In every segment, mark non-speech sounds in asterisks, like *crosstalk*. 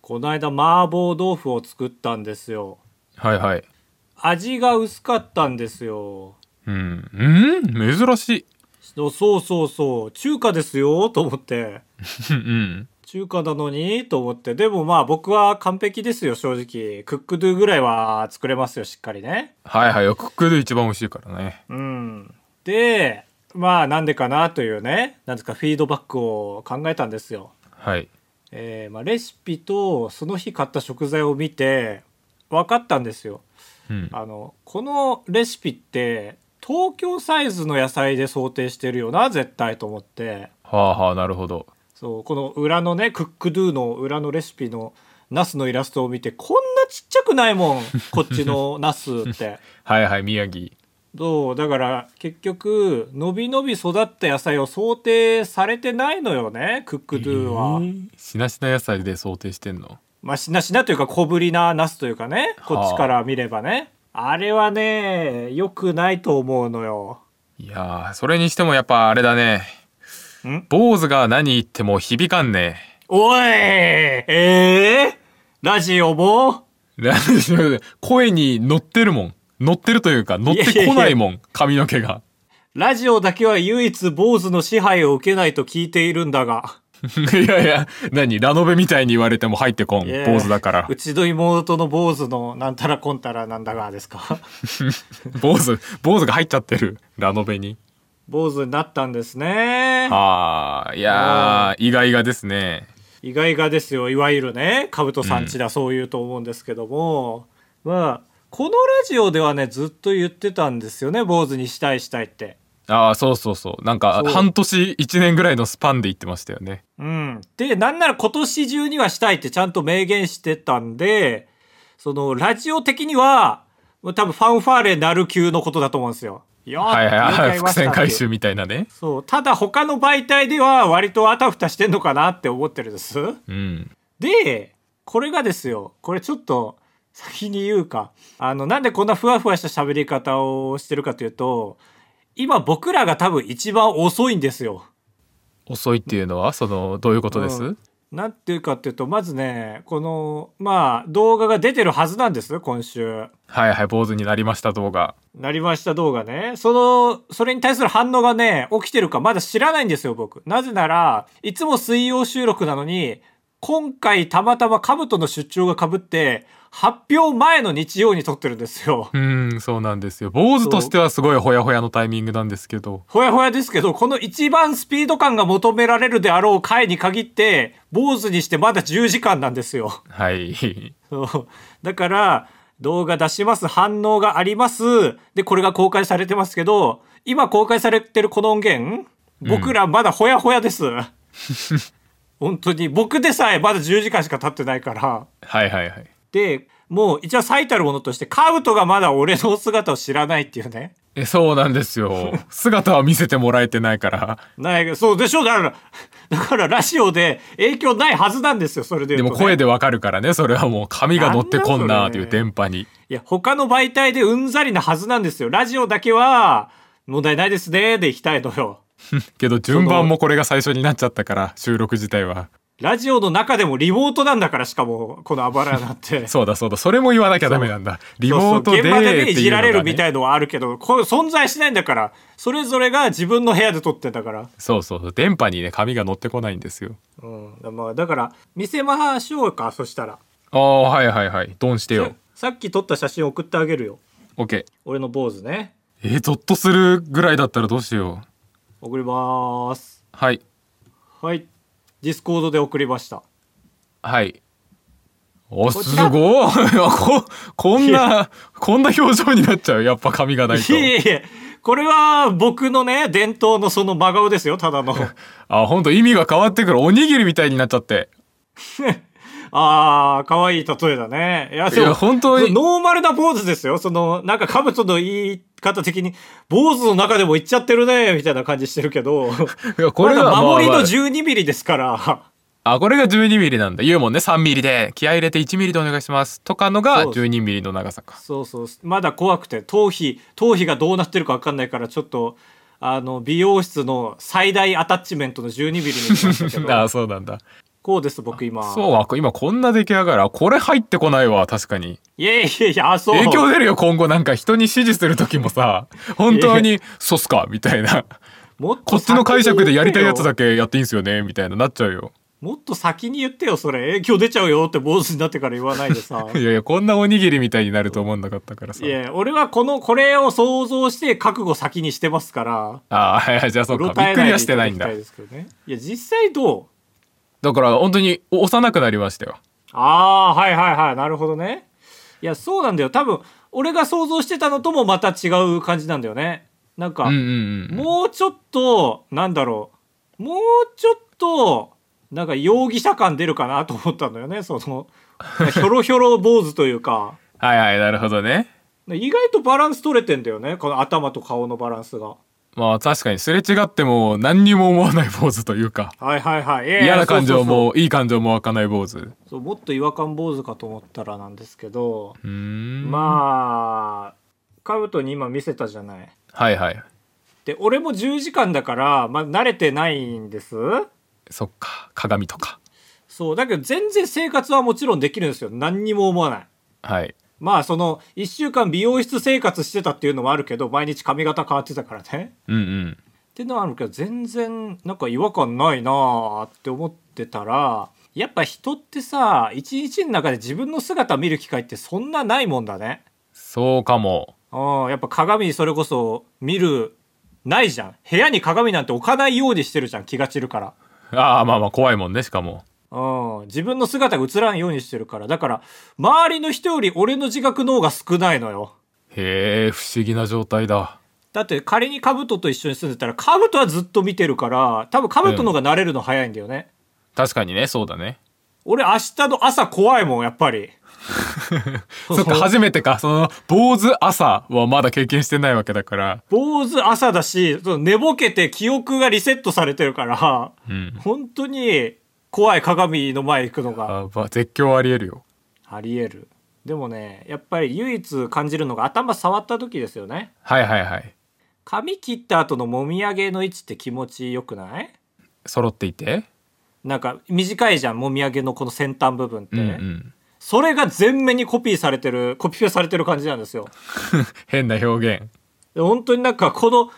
この間麻婆豆腐を作ったんですよはいはい。味が薄かったんですようん。うん珍しい。そうそうそうそう中華ですよと思ってうん中華なのにと思ってでもまあ僕は完璧ですよ正直クックドゥぐらいは作れますよしっかりねはいはい。クックで一番美味しいからね。うんでまあなんでかなというねなんですかフィードバックを考えたんですよはい。えーまあ、レシピとその日買った食材を見て分かったんですようん。あのこのレシピって東京サイズの野菜で想定してるよな絶対と思ってはあはあ、なるほど。そうこの裏のねクックドゥの裏のレシピのナスのイラストを見てこんなちっちゃくないもんこっちのナス *laughs* って。はいはい、宮城。そうだから結局のびのび育った野菜を想定されてないのよねクックドゥは。しなしな野菜で想定してんのまあ、しなしなというか小ぶりなナスというかねこっちから見ればね、あれはね良くないと思うのよいやー、それにしてもやっぱあれだね。ん坊主が何言っても響かんね。 *laughs* おいえー、ラジオもなんでしょう声に乗ってるもん。乗ってるというか、乗ってこないもん。髪の毛が。 *laughs* ラジオだけは唯一坊主の支配を受けないと聞いているんだがいやいや、何ラノベみたいに言われても入ってこん。いや坊主だからう。ちの妹の坊主のなんたらこんたらなんだがですか *laughs* 坊主、坊主が入っちゃってる。ラノベに。坊主になったんですねああ、いやー、意外がですね。意外がですよいわゆるねカブトさんちだ、そういうと思うんですけどもまあこのラジオではねずっと言ってたんですよね坊主にしたいしたいって。ああ、そうそうそう。なんか、そう半年、一年ぐらいのスパンで言ってましたよね。うん、でなんなら今年中にはしたいってちゃんと明言してたんでそのラジオ的には多分ファンファーレなる級のことだと思うんですよ。よーっはいはい了はい。解ま伏した線っていう回収みたいなね。そうただ他の媒体では割とあたふたしてんのかなって思ってるんです。うん。で、これがですよ、これちょっと先に言うか。あの、なんでこんなふわふわした喋り方をしてるかというと、今僕らが多分一番遅いんですよ。遅いっていうのは、その、どういうことです、うんなんていうかっていうと、まずね、この、まあ、動画が出てるはずなんです、今週。はいはい、坊主になりました動画。なりました動画ね。その、それに対する反応がね、起きてるかまだ知らないんですよ、僕。なぜなら、いつも水曜収録なのに、今回たまたま兜の出張が被って、発表前の日曜に撮ってるんですよ。うーん、そうなんですよ。坊主としてはすごいほやほやのタイミングなんですけど。ほやほやですけど、この一番スピード感が求められるであろう回に限って、坊主にしてまだ10時間なんですよ。はい。そうだから動画出します反応がありますでこれが公開されてますけど今公開されてるこの音源僕らまだほやほや *laughs* です、本当に僕でさえまだ10時間しか経ってないからはいはいはい。でもう一応最たるものとしてカウトがまだ俺の姿を知らないっていうねえ、そうなんで *laughs* すよ。姿は見せてもらえてないから。ないそうでしょだからだからラジオで影響ないはずなんですよそれでで言うもと、ね、声でわかるからね、それはもう髪が乗ってこんなーという電波に。いや、他の媒体でうんざりなはずなんですよ。ラジオだけは、問題ないですね、で行きたいのよ。けど順番もこれが最初になっちゃったから、収録自体は。ラジオの中でもリモートなんだから、しかも、このあばらなんて。 *laughs* そうだそうだ、それも言わなきゃダメなんだ。リモートそうそうでー現場でっね、ていうのがねいじられるみたいのはあるけど、これ存在しないんだから、それぞれが自分の部屋で撮ってんだから。そうそうそう、電波にね、髪が乗ってこないんですよ。うん。まあ、だから、見せましょうか、そしたら。ああ、はいはいはい。ドンしてよ。さっき撮った写真送ってあげるよ。オッケー。俺の坊主ね。えー、ゾッとするぐらいだったらどうしよう。送りまーす。はい。はい。ディスコードで送りました。はい。お、こすちらごいこ、 *laughs* こんな、こんな表情になっちゃう。やっぱ髪がないとい。えいえ、これは僕のね、伝統のその真顔ですよ、ただ *laughs* の。あ、ほんと意味が変わってくる。おにぎりみたいになっちゃって。ああ、可愛い例えだね。いや、でいやも、本当にノーマルな坊主ですよ。その、なんか、兜の言い方的に、坊主の中でも言っちゃってるね、みたいな感じしてるけど、いや、 *laughs* これまが、だ守りまのあま12ミリですから、あ、あこれが12ミリなんだ。言うもんね。3ミリで。気合い入れて1ミリでお願いします。とかのがそうそう12ミリの長さか。そうそう、まだ怖くて、頭皮、頭皮がどうなってるかわかんないから、ちょっと、あの、美容室の最大アタッチメントの12ミリにしましたけど、 *laughs* あ、そうなんだ。こうです僕今そうわ今こんな出来上がるあこれ入ってこないわ確かにいやいやいやあそう影響出るよ今後なんか人に指示する時も *laughs* さ本当に「そうっすか」みたいなもっとこっちの解釈でやりたいやつだけけやっていいんすよねみたいななっちゃうよもっと先に言ってよそれ影響出ちゃうよって坊主になってから言わないでさ *laughs* いやいやこんなおにぎりみたいになると思わなかったからさいや俺はこのこれを想像して覚悟先にしてますからああいやじゃあそうかろたびっえくりではしてないんただだきたですけどねいや実際どうだから本当に幼くなりましたよああはいはいはいなるほどねいやそうなんだよ多分俺が想像してたのともまた違う感じなんだよねなんか、うんうんうんもうちょっとなんだろうもうちょっとなんか容疑者感出るかなと思ったんだよねそのひょろひょろ坊主というかはいはいなるほどね意外とバランス取れてんだよねこの頭と顔のバランスがまあ確かにすれ違っても何にも思わない坊主というかはいはいはいいやいや嫌な感そう情そうそうもいい感情も湧かない坊主うそうもっと違和感坊主かと思ったらなんですけど、ーんまあカブトに今見せたじゃないはいはいで俺も10時間だから、まあ、慣れてないんですそっか鏡とかそうだけど全然生活はもちろんできるんですよ何にも思わないはいまあその1週間美容室生活してたっていうのもあるけど毎日髪型変わってたからねうんうんっていうのはあるけど全然なんか違和感ないなあって思ってたらやっぱ人ってさ一日の中で自分の姿見る機会ってそんなないもんだねそうかもうんやっぱ鏡それこそ見るないじゃん部屋に鏡なんて置かないようにしてるじゃん気が散るからああまあまあ怖いもんねしかもうん、自分の姿が映らんようにしてるから。だから、周りの人より俺の自覚の方が少ないのよ。へえ不思議な状態だだって仮にカブトと一緒に住んでたら、カブトはずっと見てるから、多分カブトの方が慣れるの早いんだよね。確かにねそうだ *laughs* ね俺明日の朝怖いもん、やっぱり。そっか初めてかその坊主朝はまだ経験してないわけだから坊主朝だし、その寝ぼけて記憶がリセットされてるから、うん本当に怖い鏡の前行くのがあば絶叫ありえるよあり得る。でもね、やっぱり唯一感じるのが頭触った時ですよね。はいはいはい髪切った後のもみあげの位置って気持ちよくない揃っていてなんか短いじゃんもみあげのこの先端部分って、うんうんそれが全面にコピーされてるコピペされてる感じなんですよ *laughs* 変な表現で本当になんかこの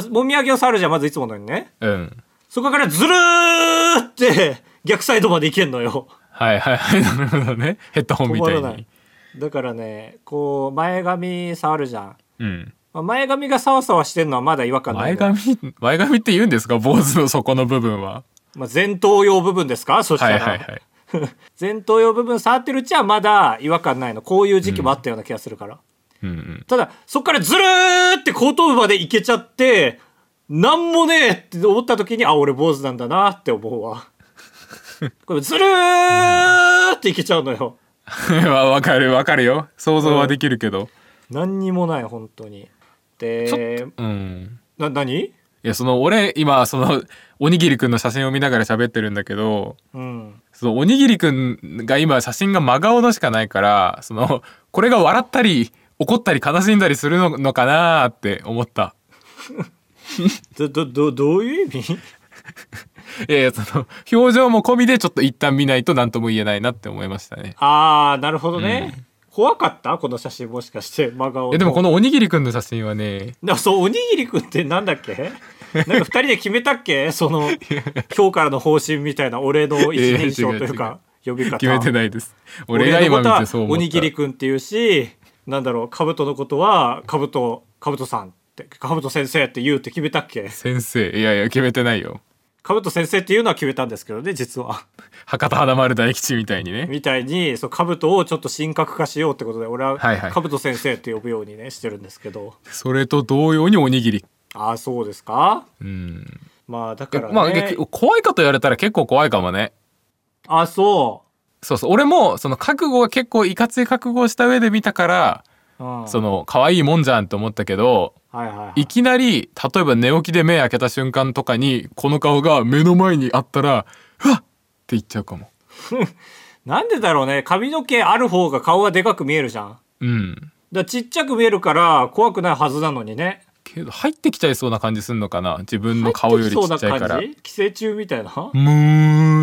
でもみあげを触るじゃんまずいつものようにねうんそこからずるーって逆サイドまでいけんのよはいはいはい *laughs* なるほどねヘッドホンみたい止まらなにいだからねこう前髪触るじゃんうんまあ前髪がサワサワしてんのはまだ違和感ない前けど、髪前髪って言うんですか坊主の底の部分はまあ、前頭葉部分ですかそしたはいら、はいはい *laughs* 前頭葉部分触ってるうちはまだ違和感ないのこういう時期もあったような気がするから、うんうんただ、そっからずるーって後頭部まで行けちゃって、なんもねえって思った時に、あ、俺坊主なんだなって思うわ。これずるーって行けちゃうのよ。 *laughs* わわかるわかるよ想像はできるけど何にもない、本当に。ちで、うんな、何いやその俺今そのおにぎりくんの写真を見ながら喋ってるんだけどうん。そのおにぎりくんが今写真が真顔のしかないからそのこれが笑ったり怒ったり悲しんだりするののかなーって思ったど、ど、ど、どういう意味 *laughs* いやいやその表情も込みでちょっと一旦見ないと何とも言えないなって思いました *laughs* ねあー、なるほどね。怖かったこの写真もしかして、真顔えでもこの。のおにぎりくんの写真はねなそう、おにぎりくんってなんだっけなんか二人で決めたっけその、今日からの方針みたいな、俺の一人称というか、呼び方。決めて *laughs* ないです俺俺がの今こと見はてそう思ったおにぎりくんっていうしなんだろう兜のことは兜兜さんって兜先生って言うって決めたっけ先生いやいや決めてないよ兜先生っていうのは決めたんですけどね実は博多華丸大吉みたいにねみたいにそう兜をちょっと神格化しようってことで俺ははいはい兜先生って呼ぶようにねしてるんですけどそれと同様におにぎりああそうですかうんまあだからね、まあけ怖いかと言われたら結構怖いかもねああそそうそう俺もその覚悟は結構いかつい覚悟をした上で見たから、う、うん、その可愛いもんじゃんと思ったけどはいはい、はいきなり例えば寝起きで目開けた瞬間とかにこの顔が目の前にあったら「うわっ!」って言っちゃうかもなんでだろうね髪の毛ある方が顔がでかく見えるじゃんだかうんらちっちゃく見えるから怖くないはずなのにねけど入ってきちゃいそうな感じすんのかな自分の顔よりちっちゃいから寄生虫みたいな「む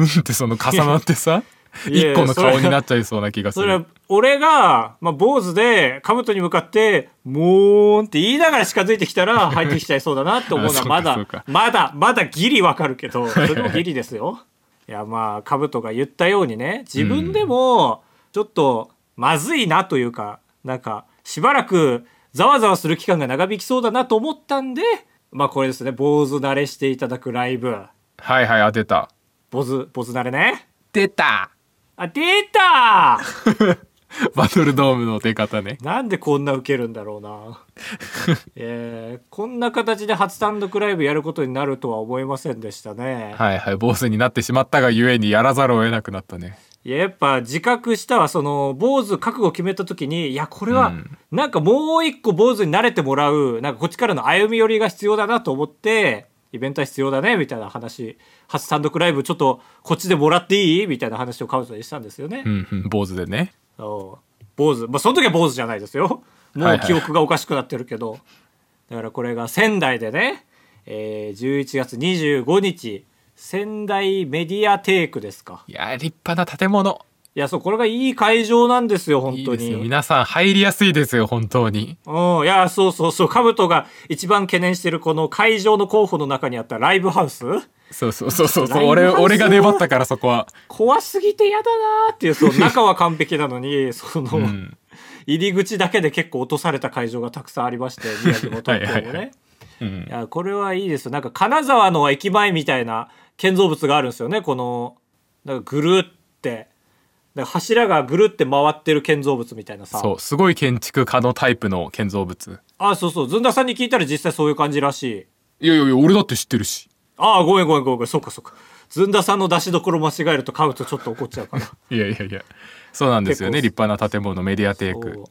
ーンってその重なってさいやいや一個の顔になっちゃいそうな気がすそれるは俺が、まあ、坊主で兜に向かって「もーん」って言いながら近づいてきた *laughs* ら入ってきちゃいそうだなって思うのあはまそうかだまだまだギリわかるけどそれもギリですよ。いやまあ兜が言ったようにね自分でもちょっとまずいなというか、なんかしばらくざわざわする期間が長引きそうだなと思ったんでまあこれですね坊主慣れしていただくライブはいはい当てた坊主坊主慣れね出たあ出たバトルドームの出方ねなんでこんなウケるんだろう *laughs* な、えーこんな形で初単独ライブやることになるとは思いませんでしたね、はいはい坊主になってしまったがゆえにやらざるを得なくなったねいややっぱ自覚したわその坊主覚悟決めた時にいやこれうはんなんかもう一個坊主に慣れてもらうなんかこっちからの歩み寄りが必要だなと思ってイベントは必要だねみたいな話初単独ライブちょっとこっちでもらっていいみたいな話を彼女にしたんですよね、うんうん坊主でねおう坊主まあその時は坊主じゃないですよも *laughs* はいうはい記憶がおかしくなってるけど、だからこれが仙台でね、えー11月25日仙台メディアテイクですかいや立派な建物いやそうこれがいい会場なんですよ本いい当ですによ皆さん入りやすいですよ本当にうんいやそうそうそう兜が一番懸念してるこの会場の候補の中にあったライブハウスそうそうそうそうライブ俺ハウス俺が粘ったからそこは、怖すぎて嫌だなーっていうそ *laughs* の中は完璧なのにその、うん、入り口だけで結構落とされた会場がたくさんありまして宮城も東京もはいねはいはいうんいやこれはいいですよなんか金沢の駅前みたいな建造物があるんですよねこのなんかぐるってなんか柱がぐるって回ってる建造物みたいなさそうすごい建築家のタイプの建造物あそうそうずんださんに聞いたら実際そういう感じらしいいやいやいや俺だって知ってるしああごめんごめんごめんごめんそっかそっかずんださんの出しどころ間違えると買うとちょっと怒っちゃうからいやいやいやそうなんですよね結立派な建物メディアテイクそう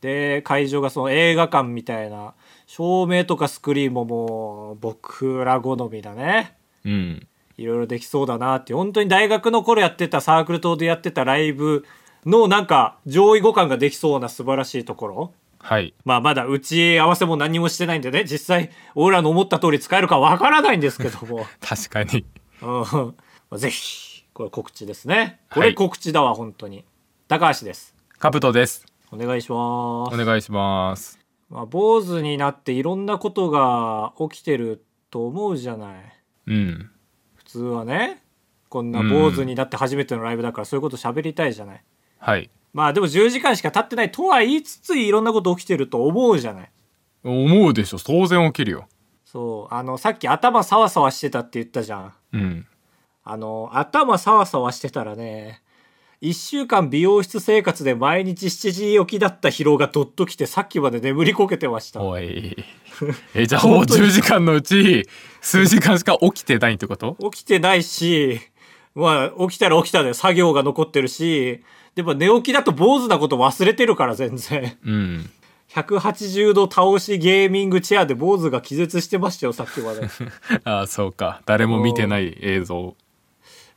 で会場がその映画館みたいな照明とかスクリーンももう僕ら好みだねうんいろいろできそうだなって本当に大学の頃やってたサークル等でやってたライブのなんか上位互換ができそうな素晴らしいところはいまあまだ打ち合わせも何もしてないんでね実際俺らの思った通り使えるかわからないんですけども、確かにうんまあ、ぜひこれ告知ですねはこいれ告知だわ、本当に高橋ですカブトですお願いしますお願いしますまあ、坊主になっていろんなことが起きてると思うじゃないうん普通はねこんな坊主になって初めてのライブだからそういうこと喋りたいじゃないはいまあでも10時間しか経ってないとは言いつついろんなこと起きてると思うじゃない。思うでしょ当然起きるよそう。あの、さっき頭サワサワしてたって言ったじゃん。うんあの、頭サワサワしてたらね、1週間美容室生活で毎日7時起きだった疲労がどっときてさっきまで眠りこけてました。おいえじゃあもう10時間のうち数時間しか起きてないってこと起きてないし、まあ起きたら起きたで作業が残ってるし、でも寝起きだと坊主なこと忘れてるから全然。うん180度倒しゲーミングチェアで坊主が気絶してましたよ、さっきまで。ああそうか誰も見てない映像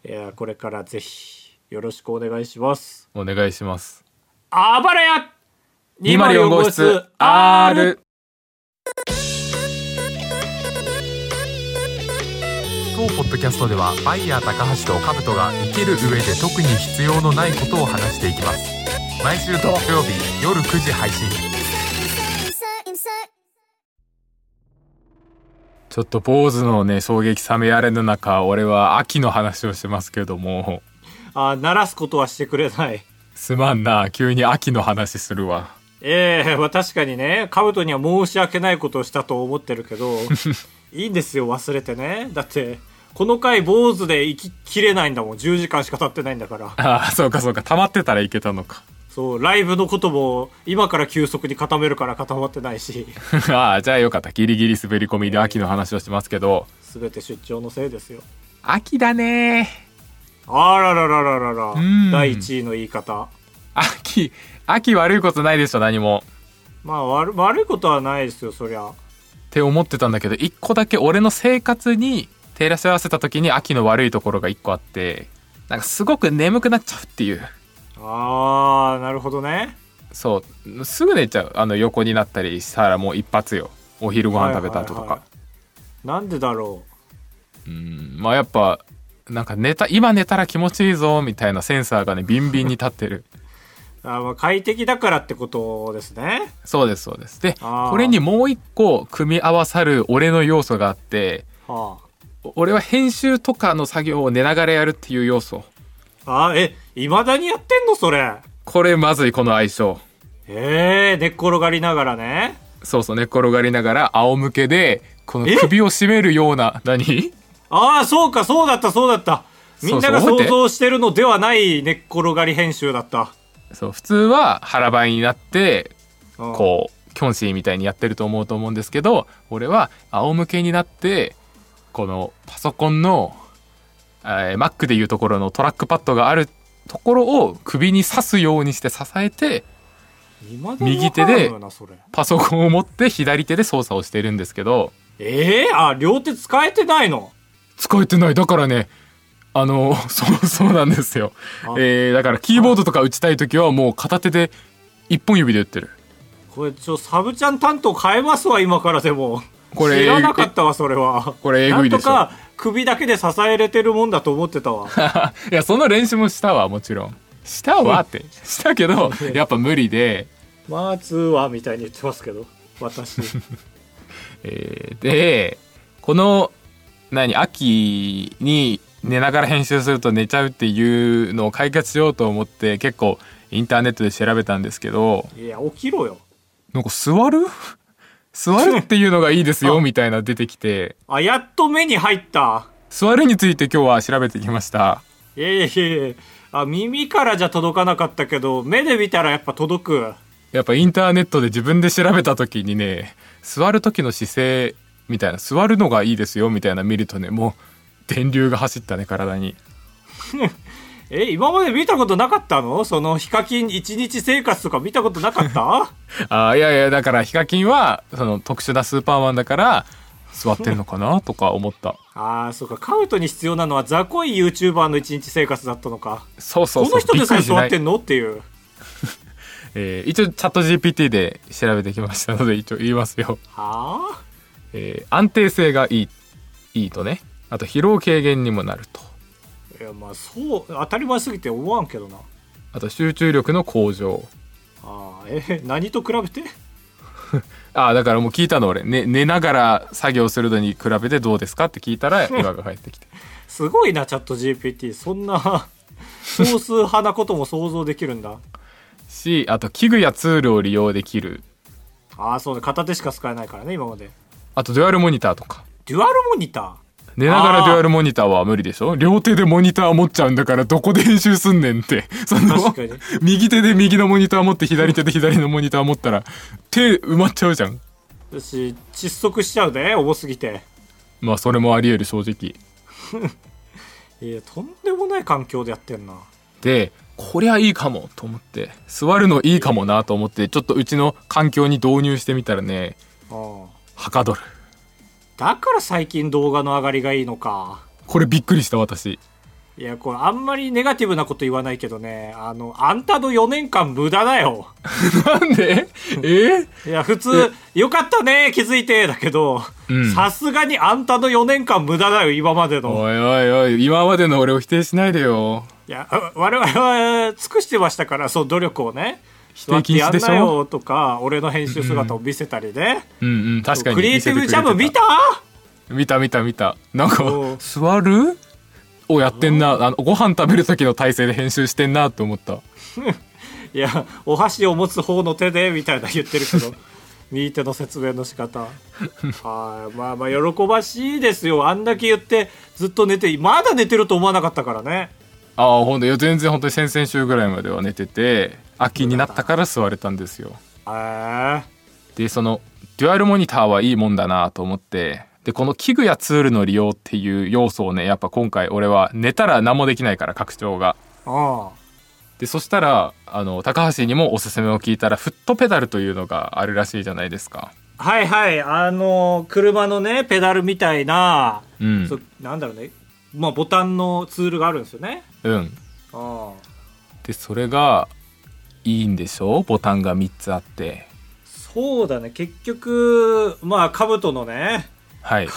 いやこれからぜひよろしくお願いします。お願いしますあばれや204号室 R 当ポッドキャストではバイヤー高橋とカブトが生きる上で特に必要のないことを話していきます毎週土曜日夜9時配信 insert, insert. ちょっと坊主のね衝撃冷めやれぬ中俺は秋の話をしてますけどもあ鳴らすことはしてくれない。 *laughs* すまんな急に秋の話するわええまあ確かにね、カブトには申し訳ないことをしたと思ってるけど、いいんですよ、忘れてね。だって、この回坊主で生ききれないんだもん。10時間しか経ってないんだから。ああそうかそうか溜まってたらいけたのか *laughs* そう、ライブのことも今から急速に固めるから固まってないし、ああじゃあよかったギリギリ滑り込みで秋の話をしてますけどすべて出張のせいですよ。秋だねあららららららん。第1位の言い方。秋秋悪いことないでしょ何もまあ悪悪いことはないですよそりゃって思ってたんだけど一個だけ俺の生活に照らし合わせた時に秋の悪いところが一個あってなんかすごく眠くなっちゃうっていうあーなるほどねそうすぐ寝ちゃうあの横になったりしたらもう一発よお昼ご飯食べた後とか、はいはいはいなんでだろうんまあやっぱなんか寝た、今寝たら気持ちいいぞ、みたいなセンサーがね、ビンビンに立ってる。 *laughs* あまあ快適だからってことですね。そうです、そうです。で、あーこれにもう一個組み合わさる俺の要素があって、はお俺は編集とかの作業を寝ながらやるっていう要素。あ。あ、え、いまだにやってんのそれ。これまずい、この相性。ええ寝っ転がりながらね。そうそう、寝っ転がりながら仰向けで、この首を絞めるような、何ああ、そうか、そうだった、そうだった。みんながそうそう想覚えて像してるのではない寝っ転がり編集だった。そう、普通は腹ばいになって、うんこう、キョンシーみたいにやってると思うと思うんですけど、俺は仰向けになって、このパソコンの、えー Mac でいうところのトラックパッドがあるところを首に刺すようにして支えて、未だにわからんのよなそれパソコンを持って左手で操作をしてるんですけど、ええあ、両手使えてないの使えてない。だからね、あの、 *laughs* そう、そうなんですよあ。えー、だからキーボードとか打ちたいときはもう片手で一本指で打ってる。これ、ちょ、サブちゃん担当変えますわ、今からでも。これ知らなかったわ、それは。これえなぐんいとでしょか、首だけで支えれてるもんだと思ってたわ。 *laughs* いや、その練習もしたわ、もちろん。したわって。したけど、やっぱ無理で、まずは、みたいに言ってますけど、 *laughs* 私。えーで、この、何、秋に寝ながら編集すると寝ちゃうっていうのを解決しようと思って、結構インターネットで調べたんですけど、いや、起きろよ。なんか座る *laughs* 座るっていうのがいいですよ、みたいな出てきて、あ、やっと目に入った。座るについて今日は調べてきました。いやいやいやいやあ、耳からじゃ届かなかったけど、目で見たらやっぱ届く。やっぱインターネットで自分で調べた時にね座る時の姿勢みたいな座るのがいいですよみたいな見るとねもう電流が走ったね体にえ、今まで見たことなかったのその、ヒカキン一日生活とか見たことなかった *laughs* あーいやいやだからヒカキンはその特殊なスーパーマンだから座ってんのかなとか思ったああ、そうか。カウトに必要なのは雑魚い YouTuber の一日生活だったのか。そうそうそうこの人でさえ座ってびっくりしないんのっていう。えー一応チャット GPT で調べてきましたので一応言いますよ、はあえー安定性がいいいいとねあと疲労軽減にもなるといや、まあ、そう、当たり前すぎて思わんけどな。あと集中力の向上ああ、え、何と比べてああだからもう聞いたの俺、ね、寝ながら作業するのに比べてどうですかって聞いたら今が返ってきてすごいな、チャット GPT。そんな、少数派なことも想像できるんだ。しあと器具やツールを利用できるああ、そうね。片手しか使えないからね、今まで。あとデュアルモニターとかデュアルモニタ寝ながらあーデュアルモニターは無理でしょ両手でモニター持っちゃうんだからどこで編集すんねんって *laughs* その確かに右手で右のモニター持って左手で左のモニター持ったら手埋まっちゃうじゃんー。私、窒息しちゃうで、重すぎて。まあそれもあり得る正直いや、とんでもない環境でやってんな。でこりゃいいかもと思って座るのいいかもなと思ってちょっとうちの環境に導入してみたらねうん。はかどるだから最近動画の上がりがいいのか。これびっくりした私いや、これあんまりネガティブなこと言わないけどね、あの、あんたの4年間無駄だよ。なんでえいや、普通、よかったね、気づいて、だけどん、さすがにあんたの4年間無駄だよ、今までの。おいおいおい今までの俺を否定しないでよいや、あ我々は尽くしてましたから、その努力をね。否座っ定て禁や止んでしなょよとか、俺の編集姿を見せたりね。うんうん確かにクリエイティブジャム見見せてくれてたた見た見た見たなんかおう座るをやってんなあのご飯食べる時の体勢で編集してんなと思ったいや、お箸を持つ方の手で、みたいな言ってるけ *laughs* ど、右手の説明の仕方。はい。まあまあ、喜ばしいですよ。あんだけ言って、ずっと寝て、まだ寝てると思わなかったからね。ああほんといや全然本当に先々週ぐらいまでは寝てて秋になったから座れたんですよへえ。でそのデュアルモニターはいいもんだなと思ってでこの器具やツールの利用っていう要素をねやっぱ今回俺は寝たら何もできないから拡張があでそしたらあの高橋にもおすすめを聞いたらフットペダルというのがあるらしいじゃないですかあ。はいはい。あの、車のね、ペダルみたいな、うんそなんだろうね。まあ、ボタンのツールがあるんですよね。うんああ。でそれがいいんでしょボタンが3つあってそうだね。結局、まあ、兜のね、はい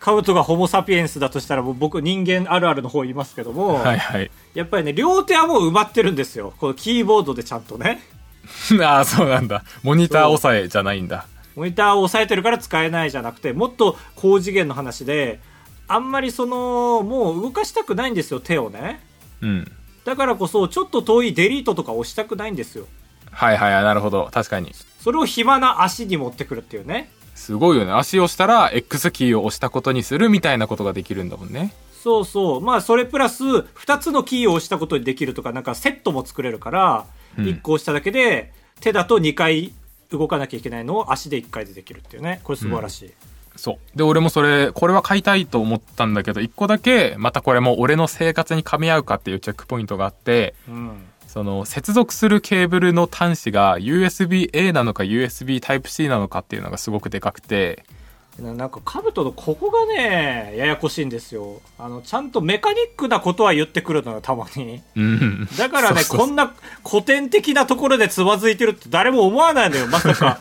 カブトがホモ・サピエンスだとしたらもう僕人間あるあるの方言いますけども、はいはい。 *laughs* やっぱりね両手はもう埋まってるんですよこのキーボードでちゃんとねああ、そうなんだ。モニター押さえじゃないんだ。モニターを押さえてるから使えないじゃなくてもっと高次元の話であんまりそのもう動かしたくないんですよ手をねうん。だからこそちょっと遠いデリートとか押したくないんですよはいはいはい、なるほど。確かに。それを暇な足に持ってくるっていうねすごいよね。足を押したら、X キーを押したことにするみたいなことができるんだもんね。そうそうまあそれプラス2つのキーを押したことにできるとかなんかセットも作れるからうん1個押しただけで手だと2回動かなきゃいけないのを足で1回でできるっていうねこれ素晴らしい、そう。で、俺もそれ、これは買いたいと思ったんだけど、一個だけ、またこれも俺の生活に噛み合うかっていうチェックポイントがあって、うん、その、接続するケーブルの端子が USB-A なのか USB Type-C なのかっていうのがすごくでかくて、ななんか兜のここがねややこしいんですよあのちゃんとメカニックなことは言ってくるのよたまにうん。だからねそうそうそうこんな古典的なところでつまずいてるって誰も思わないのよまさか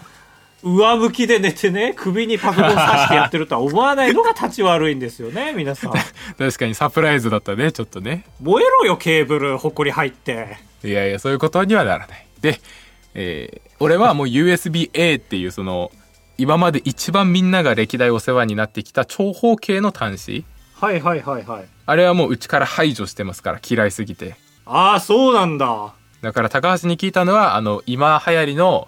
上向きで寝てね首にパソコン刺してやってるとは思わないのが立ち悪いんですよね皆さん確かにサプライズだったね、ちょっとね。燃えろよケーブルほこり入っていやいや、そういうことにはならない。で、えー俺はもう USB-A っていうその、今まで一番みんなが歴代お世話になってきた長方形の端子。はいはいはいはいあれはもううちから排除してますから、嫌いすぎて。ああそうなんだだから高橋に聞いたのは、あの、今流行りの、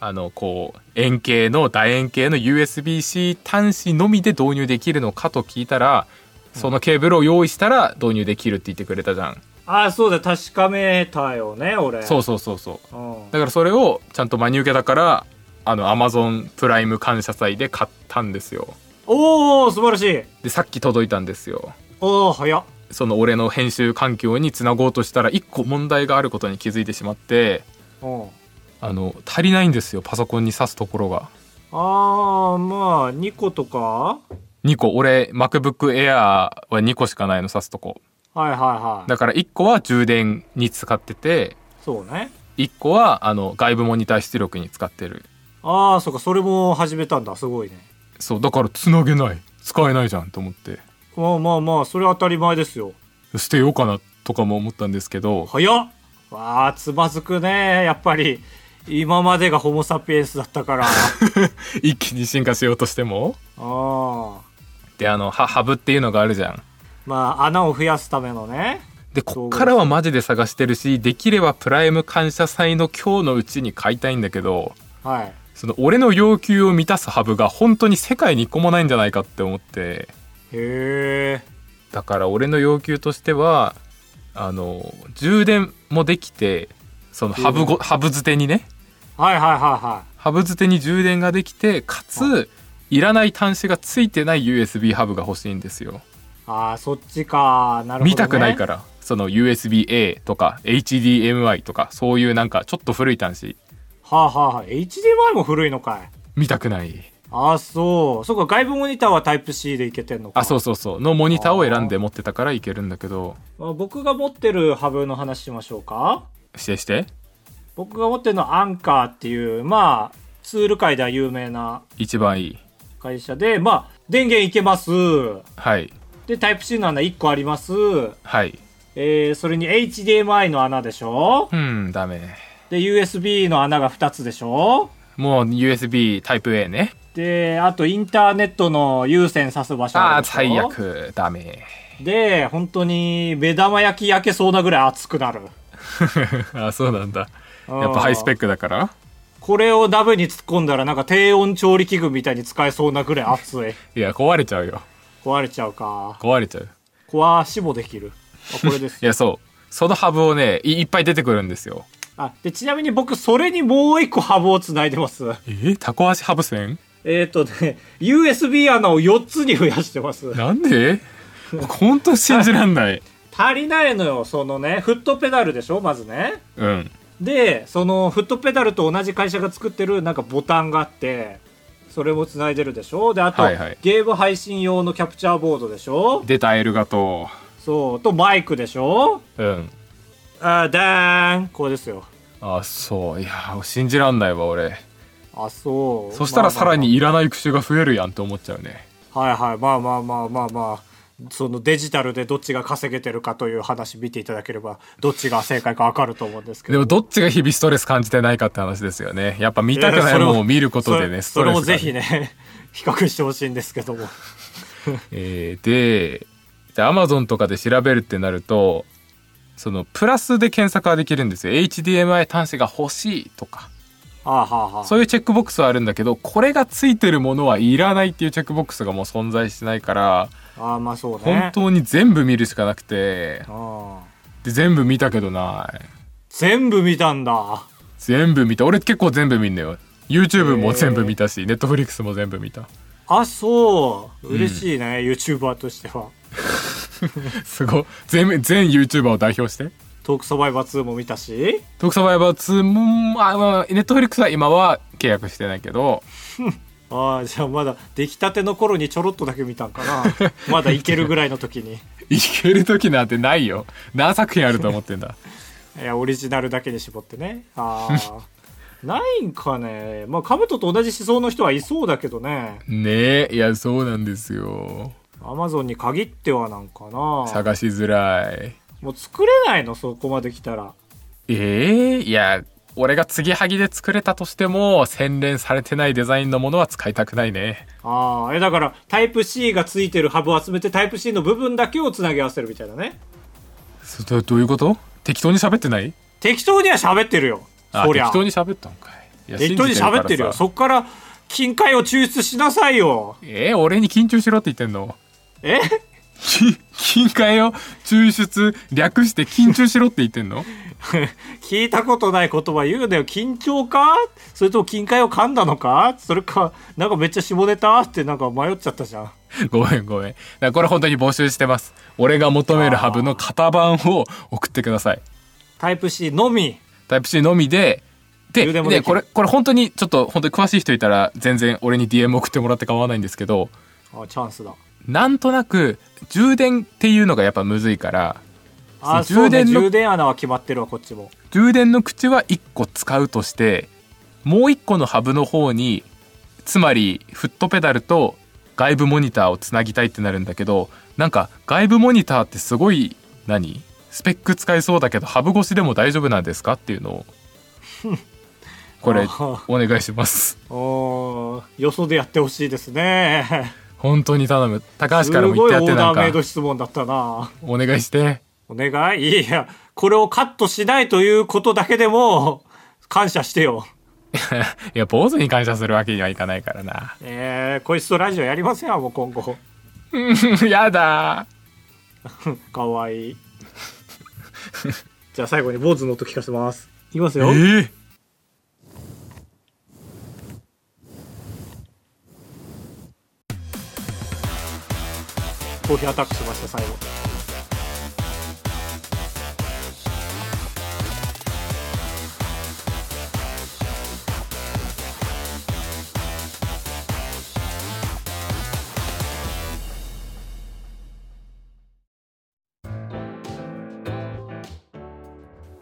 あの、こう、円形の楕円形の USB-C 端子のみで導入できるのかと聞いたら、そのケーブルを用意したら導入できるって言ってくれたじゃん。ああそうだ確かめたよね俺そうそうそうそう。うんだからそれをちゃんと真に受けだからあのアマゾンプライム感謝祭で買ったんですよおお素晴らしいでさっき届いたんですよおお早っその俺の編集環境につなごうとしたら一個問題があることに気づいてしまってうんあの足りないんですよパソコンに挿すところがああまあ2個とかは2個俺 MacBookAir は2個しかないの挿すとこいはいはいだから1個は充電に使っててそうね1個はあの外部モニター出力に使ってるああそっかそれも始めたんだすごいねそうだからつなげない使えないじゃんと思ってまあまあまあそれは当たり前ですよ捨てようかなとかも思ったんですけど *laughs* 早っわあつまずくねやっぱり今までがホモ・サピエンスだった *laughs* からあ一気に進化しようとしてもあであのハハブっていうのがあるじゃんまあ穴を増やすためのねでこっからはマジで探してるしできればプライム感謝祭の今日のうちに買いたいんだけどはいその俺の要求を満たすハブが本当に世界に1個もないんじゃないかって思ってへえだから俺の要求としてはあの充電もできてそのハブごハブ捨てにねはいはいはいはハブ捨てに充電ができてかついらない端子がついてない USB ハブが欲しいんですよいああそっちかなるほど、ね、見たくないからその USB-A とか HDMI とかそういうなんかちょっと古い端子はあはあはあ HDMI も古いのかい見たくないああそうそっか外部モニターはタイプ C でいけてんのかあそうそうそうのモニターを選んで持ってたからいけるんだけどまあ僕が持ってるハブの話しましょうかしてして僕が持ってるのはアンカーっていうまあツール界では有名な一番いい会社でまあ電源いけますはいでタイプ C の穴1個ありますはいえー、それに HDMI の穴でしょうんダメで USB の穴が2つでしょもう USB タイプ A ねであとインターネットの有線挿す場所あああるでしょ最悪ダメで本当に目玉焼き焼けそうなぐらい熱くなるあそうなんだややっぱハイスペックックだからこれを鍋に突っ込んだらなんか低温調理器具みたいに使えそうなぐらい熱 *laughs* いいや壊れちゃうよ壊れちゃうか壊れちゃう壊しもできるあこれですいやそうそのハブをねいいっぱい出てくるんですよあでちなみに僕それにもう一個ハブをつないでますえタコ足ハブ線えっ、ー、とね USB 穴を4つに増やしてますなんで本当信じらんない。足りないのよそのねフットペダルでしょまずねうん。でそのフットペダルと同じ会社が作ってるなんかボタンがあってそれもつないでるでしょであと、はいはいゲーム配信用のキャプチャーボードでしょ出たエルガと。そうとマイクでしょうん。あーだーんこれですよあ、そう。いや、信じらんないわ、俺。あそうそしたらさらまあまあにいらない口が増えるやんと思っちゃうね。はいはいまあまあまあまあまあそのデジタルでどっちが稼げてるかという話見ていただければどっちが正解かわかると思うんですけでどもどっちが日々ストレス感じてないかって話ですよねやっぱ見たくないものを見ることでねスそトれレスそれがをぜひね *laughs* 比較してほしいんですけどもえーでじゃあアマゾンとかで調べるってなるとそのプラスで検索はできるんですよ HDMI 端子が欲しいとかああはあはあそういうチェックボックスはあるんだけどこれがついてるものはいらないっていうチェックボックスがもう存在しないからああまあそうね本当に全部見るしかなくてああで全部見たけどない全部見たんだ全部見た俺結構全部見んのよ YouTube も全部見たし Netflix も全部見たあそう嬉しいね、YouTuber としてはすごい全全 YouTuber を代表してトークサバイバー2も見たし「トークサバイバー2」もまあまあ Netflix は今は契約してないけどああじゃあまだ出来たての頃にちょろっとだけ見たんかなまだいけるぐらいの時にいける時なんてないよ何作品あると思ってん *laughs* だいやオリジナルだけに絞ってねああないんかねまあカブトと同じ思想の人はいそうだけどねねえいやそうなんですよアマゾンに限ってはなんかな探しづらいもう作れないのそこまで来たらええいや俺が継ぎはぎで作れたとしても洗練されてないデザインのものは使いたくないねああえだからタイプ C がついてるハブを集めてタイプ C の部分だけをつなぎ合わせるみたいなねそどどういうこと適当に喋ってない適当には喋ってるよあそりゃ適当に喋ったんかいいや適当に喋ってるよ信じそっから金塊を抽出しなさいよてるからさえ俺に緊張しろって言ってんのえき *laughs* 金塊を抽出略して緊張しろって言ってんの *laughs* 聞いたことない言葉言うなよ緊張かそれとも金塊を噛んだのかそれかなんかめっちゃ下ネタってなんか迷っちゃったじゃん *laughs* ごめんごめんだからこれ本当に募集してます俺が求めるハブの型番を送ってくださいタイプ C のみタイプ C のみでで充電もできでるこれこれ本当にちょっと本当に詳しい人いたら全然俺に DM 送ってもらって構わないんですけどあチャンスだなんとなく充電っていうのがやっぱむずいからあそうそうね充電の充電穴は決まってるわこっちも充電の口は1個使うとしてもう1個のハブの方につまりフットペダルと外部モニターをつなぎたいってなるんだけどなんか外部モニターってすごい何スペック使えそうだけどハブ越しでも大丈夫なんですかっていうの *laughs* をこれあーお願いしますおーよそでやってほしいですね本当に頼む高す橋からも言ごっいてオやってーダなーメイんドか質問だったなお願いして *laughs* お願いいやこれをカットしないということだけでも感謝してよいや坊主に感謝するわけにはいかないからなえー、こいつとラジオやりませんわもう今後 *laughs* やだかわい *laughs* いじゃあ最後に坊主の音聞かせますいきますえよーコーヒーアタックしました最後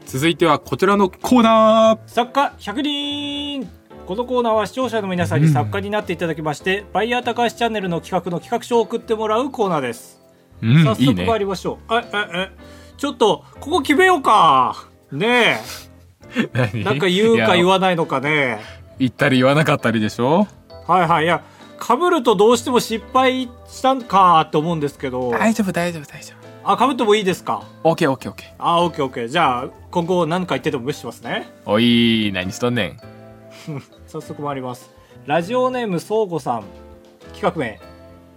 続いてはこちらのコーナー作家100人このコーナーは視聴者の皆さんに作家になっていただきまして、バイヤー高橋チャンネルの企画の企画書を送ってもらうコーナーです、うん早速参りましょうえええちょっとここ決めようかね *laughs* えなんか言うか言いやわないのかね言ったり言わなかったりでしょはいはいいやかぶるとどうしても失敗したんかって思うんですけど、丈夫大丈夫大丈あかぶってもいいですか夫 OKOKOK あオッケーオッケーじゃあ今後何か言ってても無視しますねおい何しとんねん早速参りますラジオネームそうごさん企画名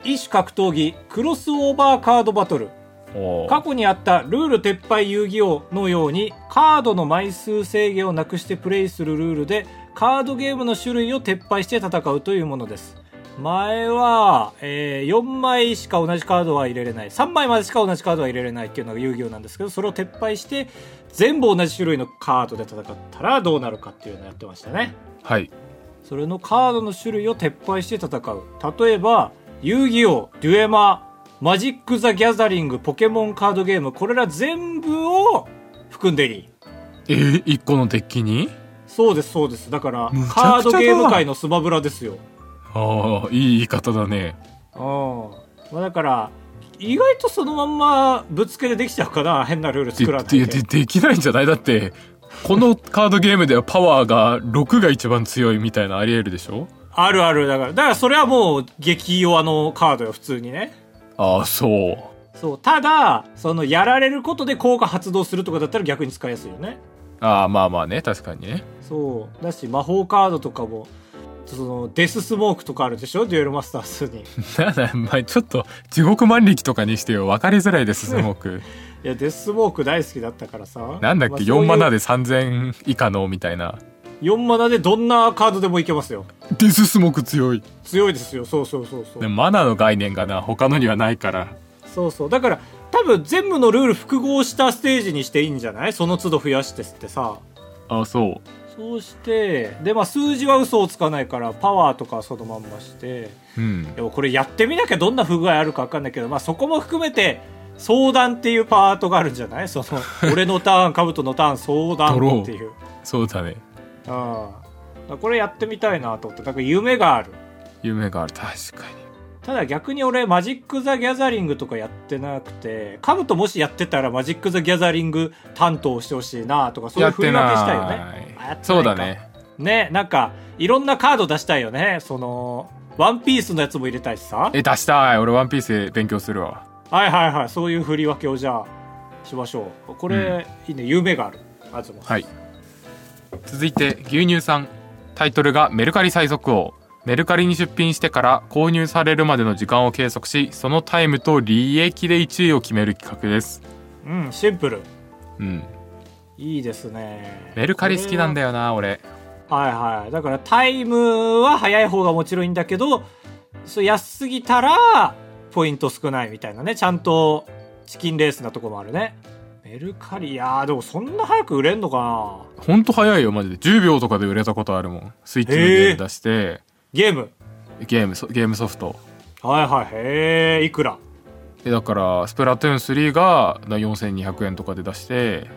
異種格闘技クロスオーバーカードバトルお過去にあったルール撤廃遊戯王のようにカードの枚数制限をなくしてプレイするルールでカードゲームの種類を撤廃して戦うというものです前は、え4枚しか同じカードは入れれない3枚までしか同じカードは入れれないっていうのが遊戯王なんですけどそれを撤廃して全部同じ種類のカードで戦ったらどうなるかっていうのをやってましたねはいそれのカードの種類を撤廃して戦う例えば遊戯王デュエママジック・ザ・ギャザリングポケモンカードゲームこれら全部を含んでいいえー、1個のデッキにそうですそうですだからむちゃくちゃだカードゲーム界のスマブラですよああいい言い方だねまあ、だから意外とそのまんまぶっつけでできちゃうかな変なルールで作らないでででできないんじゃないだってこのカードゲームではパワーが6が一番強いみたいなありえるでしょあるあるだからだからそれはもう激弱のカードよ普通にねああそうそうただそのやられることで効果発動するとかだったら逆に使いやすいよねああまあまあね確かにね *laughs* そうだし魔法カードとかもそのデススモークとかあるでしょデュエルマスター2に *laughs* いななまあちょっと地獄万力とかにしてよ分かりづらいですすごくやデススモーク大好きだったからさなんだっまあけそうい4うマナで3000以下のみたいな4マナでどんなカードでもいけますよデススモク強い強いですよそうそうそうそうでもマナの概念がな他のにはないからそうそうだから多分全部のルール複合したステージにしていいんじゃないその都度増やしてってさああそうそうしてでまあ数字は嘘をつかないからパワーとかはそのまんましてうんでもこれやってみなきゃどんな不具合あるか分かんないけど、まあ、そこも含めて相談っていうパートがあるんじゃないそ *laughs* の俺のターンカブトのターン相談っていうそうだねあこれやってみたいなと思ってなんか夢がある夢がある確かにただ逆に俺マジック・ザ・ギャザリングとかやってなくてカブトもしやってたらマジック・ザ・ギャザリング担当してほしいなとかそういやうっ振りて分けしたいよねなあいやってないかそうだねねなんかいろんなカード出したいよねそのワンピースのやつも入れたいしさえ出したい俺ワンピースで勉強するわはいはいはいそういう振り分けをじゃあしましょうこれ、いいね夢があるあずまはい続いて牛乳さんタイトルがメルカリ最速王メルカリに出品してから購入されるまでの時間を計測しそのタイムと利益で1位を決める企画ですうんシンプルうんいいですねメルカリ好きなんだよな俺はいはいだからタイムは早い方がもちろんいいんだけどそう安すぎたらポイント少ないみたいなねちゃんとチキンレースなとこもあるねメルカリいやーでもそんな早く売れんのかなほんと早いよマジで10秒とかで売れたことあるもんスイッチのゲーム出して、ゲームゲームソゲームソフトはいはいへえいくらでだからスプラトゥーン3がな4200円とかで出してへ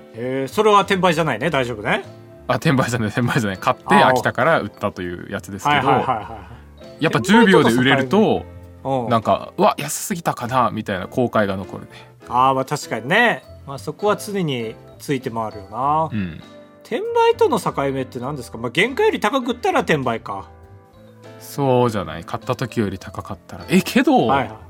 えそれは転売じゃないね大丈夫ねあ転売じゃない転売じゃない買ってあ飽きたから売ったというやつですけはいど、はいはいはいやっぱ10秒で売れるとうんなんかうわ安すぎたかなみたいな後悔が残るねああまあ確かにね、まあ、そこは常について回るよな、うん転売との境目って何ですか、まあ、原価より高く売ったら転売かそうじゃない買った時より高かったらえけど、はいはい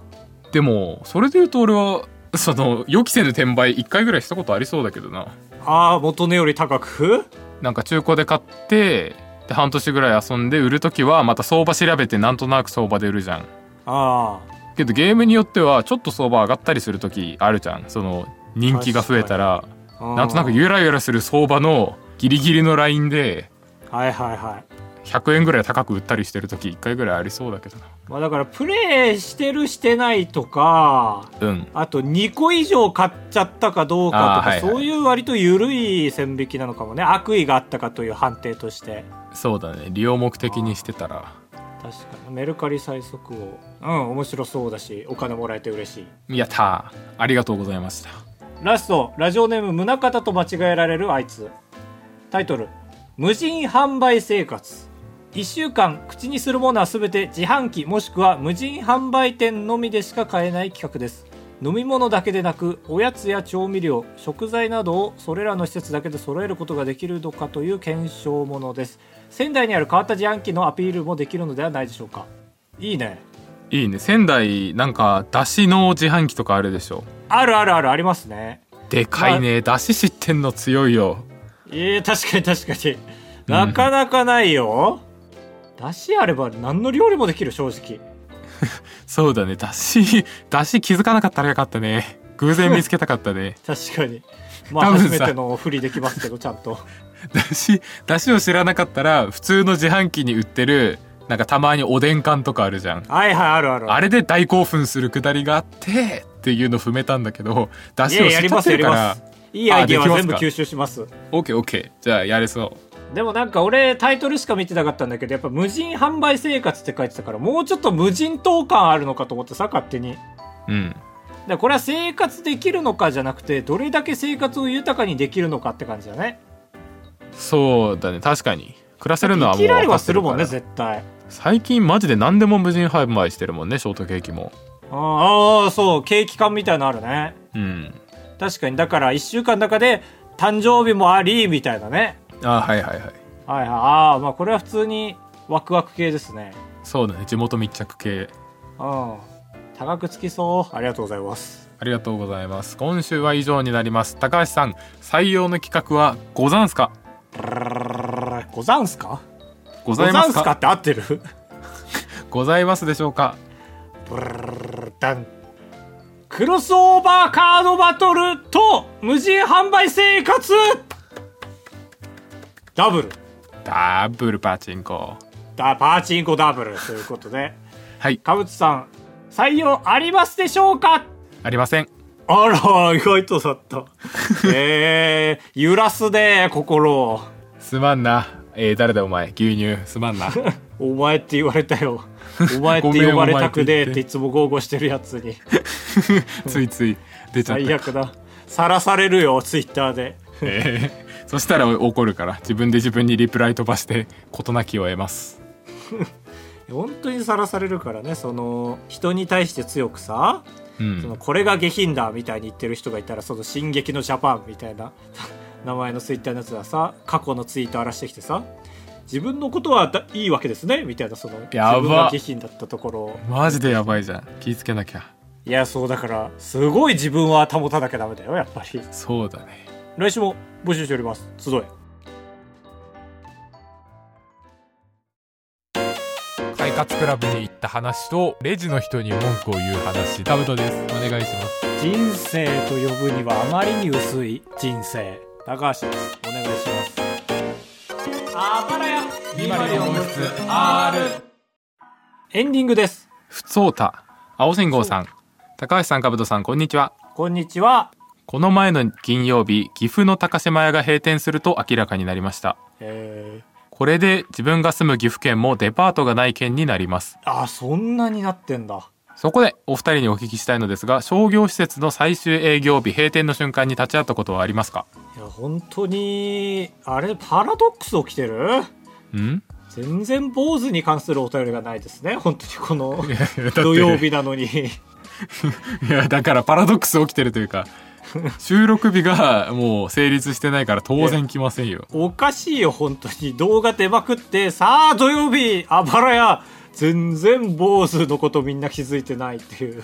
でもそれで言うと俺はその予期せぬ転売1回ぐらいしたことありそうだけどなああ元値より高くなんか中古で買ってで半年ぐらい遊んで売る時はまた相場調べてなんとなく相場で売るじゃんあけどゲームによってはちょっと相場上がったりする時あるじゃんその人気が増えたらあなんとなくゆらゆらする相場のギリギリのラインではいはいはい、 100円ぐらい高く売ったりしてる時1回ぐらいありそうだけどなまあ、だからプレイしてるしてないとかうんあと2個以上買っちゃったかどうかとか、あーはいはいそういう割と緩い線引きなのかもね悪意があったかという判定としてそうだね利用目的にしてたら確かにメルカリ最速をうん面白そうだしお金もらえて嬉しいやったーありがとうございましたラストラジオネーム宗像と間違えられるあいつタイトル「無人販売生活」1週間口にするものは全て自販機もしくは無人販売店のみでしか買えない企画です飲み物だけでなくおやつや調味料食材などをそれらの施設だけで揃えることができるのかという検証ものです仙台にある変わった自販機のアピールもできるのではないでしょうかいいねいいね仙台なんかだしの自販機とかあるでしょあるあるあるありますねでかいねだし知ってんの強いよえー、確かに確かに。なかなかないよ。だしあれば何の料理もできる、正直。そうだねだし *laughs* だし気づかなかったらよかったね偶然見つけたかったね *laughs* 確かに。まあ、多分さ初めてのふりできますけど、ちゃんと。だし、だしを知らなかったら、普通の自販機に売ってる、なんかたまにおでん缶とかあるじゃん。はいはい、あるある。あれで大興奮するくだりがあって、っていうの踏めたんだけど、だいしやをいや、知やっりちゃまっす、てやるりかまらす、。いいアイディアはあで全き部ますか吸収します。オッケーオッケー、じゃあやれそでもなんか俺、タイトルしか見てなかったんだけど、やっぱ無人販売生活って書いてたから、もうちょっと無人島感あるのかと思ってさ、勝手に。う。うん。だからこれは生活できるのかじゃなくて、どれだけ生活を豊かにできるのかって感じだね。そうだね、確かに。暮らせるのは生もうきられ分かはってするるかもんね、ら。絶対。最近マジで何でも無人販売してるもんねショートケーキもああそうケーキ缶みたいのあるねうん確かにだから1週間の中で誕生日もありみたいなねあはいはいはいはいはいああまあこれは普通にワクワク系ですねそうだね地元密着系うん高くつきそうありがとうございますありがとうございます今週は以上になります高橋さん採用の企画はござんすかござんすかごございまざんすすかかって合ってるございますでしょうかダンクロスオーバーカードバトルと無人販売生活ダブルダブルパチンコだパチンコダブルということではいかぶつさん採用ありますでしょうかありませんあら意外とだった *laughs* えー、揺らすね心をすまんなえー、誰だお前牛乳すまん *laughs* なお前って言われたよお前って呼ばれたくねえっていつも豪語してるやつについつい出ちゃった最悪ださらされるよツイッターでえーそしたら怒るから自分で自分にリプライ飛ばして事なきを得ます本当にさらされるからねその人に対して強くさ、うそのんこれが下品だみたいに言ってる人がいたらその「進撃のジャパン」みたいな *laughs* 名前のツイッターのやつがさ過去のツイート荒らしてきてさ自分のことはだいいわけですねみたいなその自やば分が下品だったところをマジでやばいじゃん気ぃつけなきゃいやそうだからすごい自分は保たなきゃダメだよやっぱりそうだね来週も募集しております集え快活クラブに行った話とレジの人に文句を言う話ダブトですお願いします人生と呼ぶにはあまりに薄い人生高橋ですお願いしますあばらやエンディングですふつおた青信号さん高橋さんかぶとさんこんにちはこんにちはこの前の金曜日岐阜の高島屋が閉店すると明らかになりましたえー、これで自分が住む岐阜県もデパートがない県になりますあそんなになってんだそこでお二人にお聞きしたいのですが商業施設の最終営業日閉店の瞬間に立ち会ったことはありますかいや本当にあれパラドックス起きてるん全然坊主に関するお便りがないですね本当にこのいやいやだって土曜日なのにいやだからパラドックス起きてるというか収録日がもう成立してないから当然来ませんよおかしいよ、本当に。動画出まくって、さあ、土曜日、あばらや、全然坊主のことみんな気づいてないっていう、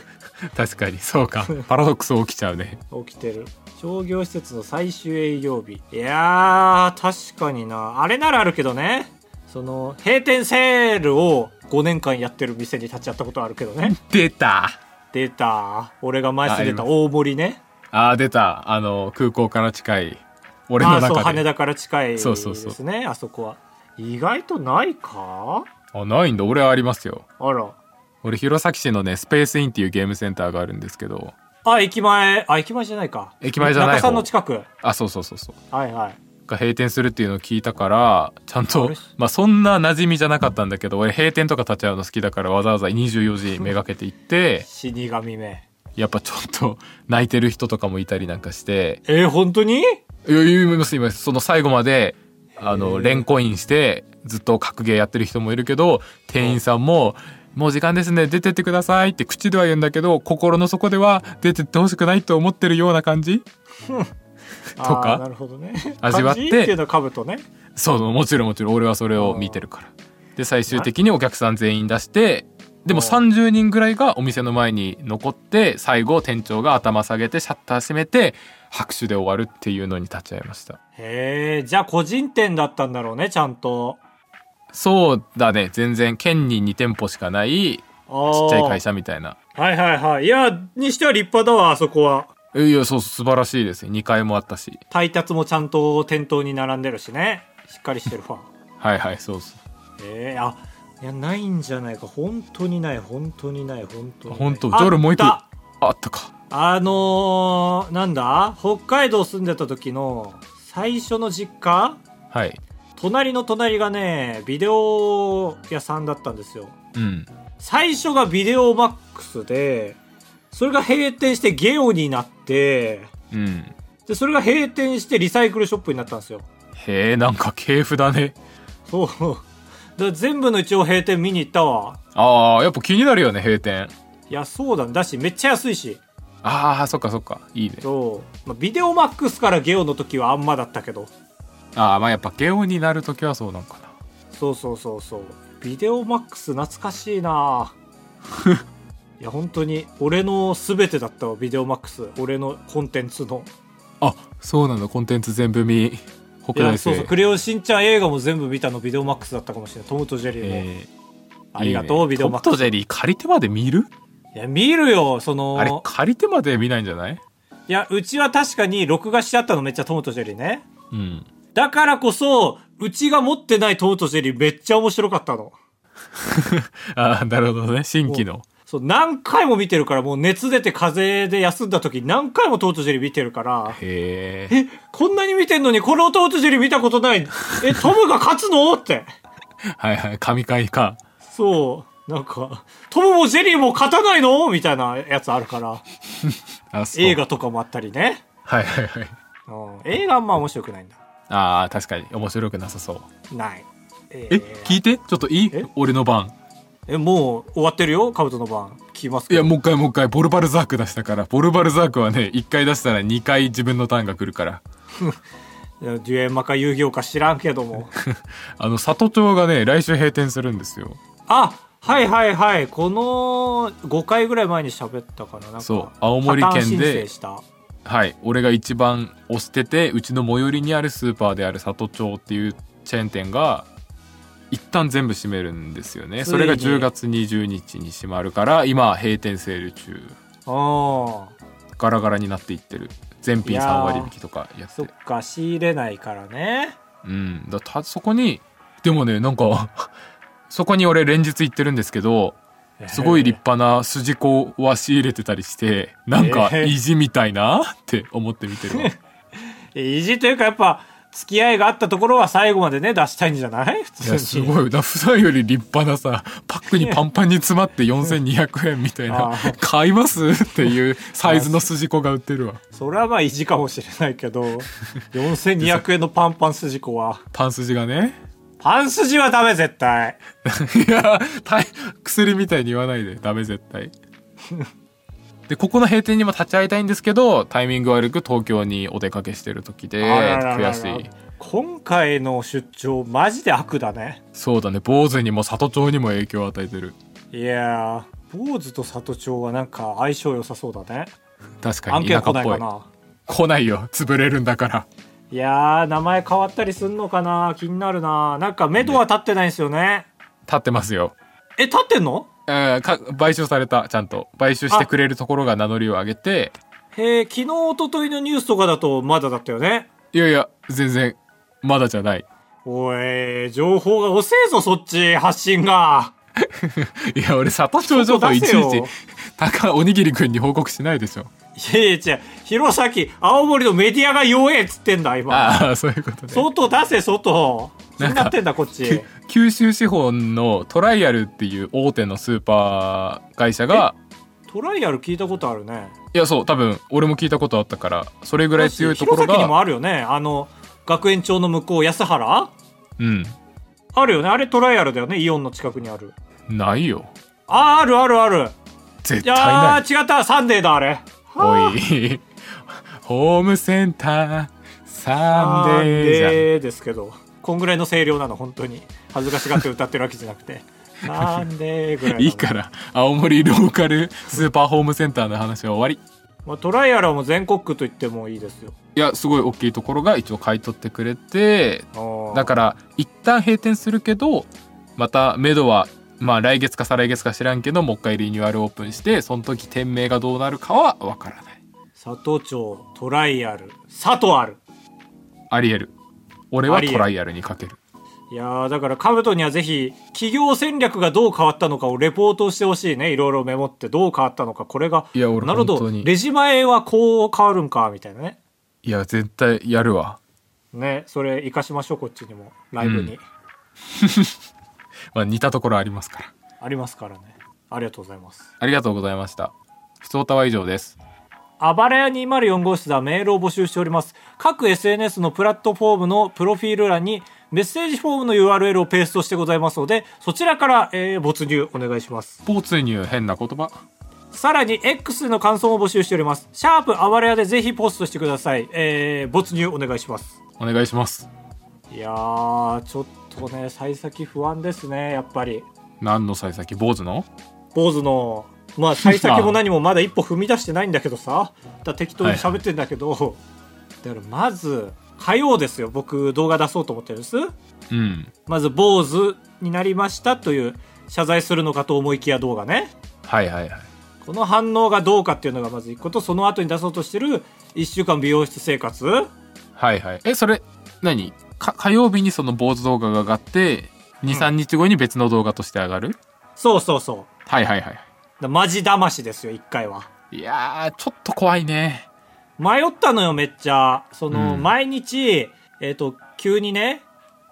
確かにそうか *laughs* パラドックス起きちゃうね起きてる。商業施設の最終営業日。いやー、確かにな。あれならあるけどね。その、閉店セールを5年間やってる店に立ち会ったことあるけどね。 *laughs* 出た出た。俺が前住んでたあ大森ね。あー出たあの空港から近い俺あのあ、そう、中羽で田から近いですね。そうそうそうあそこは。意外とないかあないんだ俺はありますよあら。俺弘前市のねスペースインっていうゲームセンターがあるんですけどあ、駅前、あ、駅前じゃないか。駅前じゃない方中さんの近く。あそうそうそうそうはいはい。が閉店するっていうのを聞いたからちゃんあとれまあそんな馴染みじゃなかったんだけど俺閉店とか立ち会うの好きだからわざわざ24時めがけて行って死神め。やっぱちょっと泣いてる人とかもいたりなんかしてえー、本当 *laughs* にいや言います言いますその最後まであのレンコインしてずっと格ゲーやってる人もいるけど店員さんも「もう時間ですね出てってください」って口では言うんだけど心の底では出てってほしくないと思ってるような感じとかなるほどね。 *laughs* 味わって感じっていうのは兜ね。そうもちろんもちろん俺はそれを見てるからで最終的にお客さん全員出してでもうん30人ぐらいがお店の前に残って最後店長が頭下げてシャッター閉めて拍手で終わるっていうのに立ち会いましたへえ、じゃあ個人店だったんだろうね、ちゃんと。そうだね全然県に2店舗しかないちちっっちゃい会。社みたいなはいはいはい。いや、にしては立派だわ、あそこは。いやいやそうそう素晴らしいです2階もあったし配達もちゃんと店頭に並んでるしね。しっかりしてるわ。はいはいそうそ *laughs* えー、あ、いや、ないんじゃないか。本当にない、本当にない、本当うにない。本当じゃあ俺もう一個あったあったかあのー、なんだ北海道住んでた時の最初の実家はい隣の隣がね、ビデオ屋さんだったんですよ。うん最初がビデオマックスで、それが閉店してゲオになって、うんで、それが閉店してリサイクルショップになったんですよ。へえなんか系譜だねそう。 *laughs* から全部の一応閉店見に行ったわああやっぱ気になるよね閉店いやそうだねだしめっちゃ安いしああそっかそっかいいねそう、まあ、ビデオマックスからゲオの時はあんまだったけどああまあやっぱゲオになる時はそうなんかなそうそうそうそうビデオマックス懐かしい *laughs* ないや本当に俺の全てだったわビデオマックス俺のコンテンツのあそうなんだコンテンツ全部見い北や大そうそう生クレヨンしんちゃん映画も全部見たのビデオマックスだったかもしれないトムとジェリーも、えーありがとういいねビデオマックトムとスジェリー借りてまで見るいや見るよそのあれ借りてまで見ないんじゃないいやうちは確かに録画してあったのめっちゃトムとジェリーねうんだからこそうちが持ってないトムとジェリーめっちゃ面白かったのああなるほどね新規のそう何回も見てるからもう熱出て風邪で休んだ時何回もトムとジェリー見てるからへええこんなに見てんのにこのトムとジェリー見たことないえトムが勝つのってはいはい神回かそうなんかトムもジェリーも勝たないのみたいなやつあるからあそう映画とかもあったりね、はいはいはいうん、映画あんま面白くないんだああ確かに面白くなさそうないええ、ー聞いてちょっといいえ俺の番えもう終わってるよカブトの番聞きますいけやどもう一回もう一回ボルバルザーク出したからボルバルザークはね一回出したら二回自分のターンが来るからいやデュエンマか遊戯王か知らんけどもあの里町がね来週閉店するんですよあはいはいはいこの5回ぐらい前に喋ったかななんかそう青森県で破綻申請したはい俺が一番推しててうちの最寄りにあるスーパーである里町っていうチェーン店が一旦全部閉めるんですよねついにそれが10月20日に閉まるから今閉店セール中ああガラガラになっていってる全品3割引きとかやってそっか仕入れないからねうん、だたそこにでもねなんか *laughs* そこに俺連日行ってるんですけどすごい立派な筋子は仕入れてたりしてなんかえー意地みたいなって思って見て *laughs* るわ意地というかやっぱ付き合いがあったところは最後までね出したいんじゃない普い通やすにごいな普段より立派なさパックにパンパンに詰まって4200円みたいなあー買いますっていうサイズの筋子が売ってる *laughs* わそれはまあ意地かもしれないけ *laughs* ど4200円のパンパン筋子はパン筋 *laughs* がねパン筋はダメ絶対いや大薬みたいに言わないでダメ絶対でここの閉店にも立ち会いたいんですけどタイミング悪く東京にお出かけしてる時であらららら悔しい今回の出張マジで悪だねそうだね坊主にも里町にも影響を与えてるいやー坊主と里町はなんか相性良さそうだね確かアンにケー田ト舎来なっいぽかない来ないよ潰れるんだからいやー名前変わったりすんのかな気になるななんか目処は立ってないんですよね立ってますよえ立ってんのえーか買収されたちゃんと買収してくれるところが名乗りを上げてへえ昨日一昨日のニュースとかだとまだだったよねいやいや全然まだじゃないおい情報が遅えぞそっち発信がいや俺里町ちょっといちちょいっと出せちよ高おにぎりくんに報告しないでしょいやいや違う弘前青森のメディアが弱えっつってんだ今ああそういうことね外出せ外気になってんだこっちき九州資本のトライアルっていう大手のスーパー会社がトライアル聞いたことあるねいやそう多分俺も聞いたことあったからそれぐらい強いところ弘前にもがあるよねあの学園町の向こう安原うんあるよねあれトライアルだよねイオンの近くにあるないよあーあるあるある絶い対やないー違ったサンデーだあれおいホームセンターササンンデーじゃんデーですけどこんぐらいの声量なの本当に恥ずかしがって歌ってるわけじゃなくてサンデー *laughs* ぐらいなのいいから青森ローカルスーパーホームセンターの話は終わりまあ、トライアルはもう全国区と言ってもいいですよいやすごい大きいところが一応買い取ってくれてだからら一旦閉店するけどまた目処はまあ来月か再来月か知らんけどもう一回リニューアルオープンしてその時店名がどうなるかはわからない佐藤町トライアル佐藤あるありえる俺はありえトるライアルにかけるいやーだからカブトにはぜひ企業戦略がどう変わったのかをレポートしてほしいねいろいろメモってどう変わったのかこれがいや俺なるほ本当どにレジ前はこう変わるんかみたいなねいや絶対やるわねそれ生かしましょうこっちにもライブに、うんまあ似たところありますからありますからねありがとうございますありがとうございましたふつおたは以上ですあばらや204号室ではメールを募集しております。各 SNS のプラットフォームのプロフィール欄にメッセージフォームの URL をペーストしてございますので、そちらから、えー没入お願いします。スポーツ入変な言葉さらに X での感想も募集しております。シャープあわれやでぜひポストしてください。えー、没入お願いします。お願いしますいやー、ちょっとね、幸先不安ですね、やっぱり。何の幸先坊主の坊主の、まあ、幸先も何もまだ一歩踏み出してないんだけどさ、だから適当に喋ってんだけど、だからまず、火曜ですよ、僕動画出そうと思ってるんです。うんまず、坊主になりましたという謝罪するのかと思いきや動画ね。はいはいはいこの反応がどうかっていうのがまず一個と、その後に出そうとしてる1週間美容室生活はいはいえそれ何か火曜日にその坊主動画が上がって23日後に別の動画として上がる、そうそうそう。はいはいはいだマジ騙しですよ、一回は。いやーちょっと怖いね迷ったのよ、めっちゃ。その、うん毎日、えっ、と、急にね、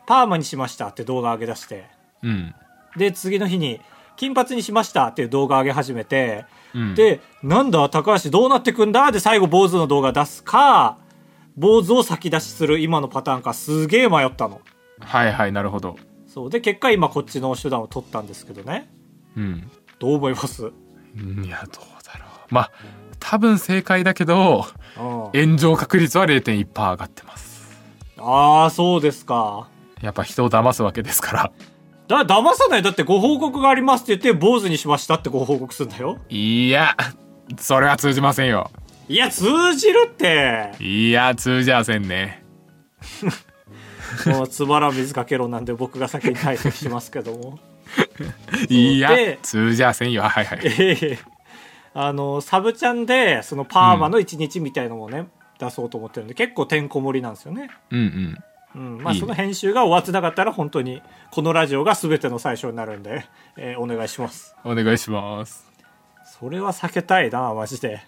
パーマにしましたって動画上げ出して。うんで、次の日に、金髪にしましたっていう動画上げ始めて、うん、で、なんだ、高橋どうなってくんだで、最後、坊主の動画出すか、坊主を先出しする今のパターンか、すげえ迷ったの。はいはいなるほどそう。で、結果、今、こっちの手段を取ったんですけどね。うんどう思いますうん。うんいやどうだろうまあ多分正解だけど炎上確率は0.1%上がってますああ、そうですか。やっぱ人を騙すわけですかだ、ら騙さない。だってご報告がありますって言って、坊主にしましたってご報告するんだよ。いやそれは通じませんよいや、通じるって。いや通じませんねもう、つばら水かけろなんで僕が先に退席しますけども。 *laughs* いやで通じませんよはいはいええあの、サブチャンで、そのパーマの1日みたいのもね、出そうと思ってるんで、結構てんこ盛りなんですよね。うんうんうん。まあ、いいねその編集が終わってなかったら、本当に、このラジオが全ての最初になるんで、えーお願いします。お願いしますそれは避けたいな、マジで。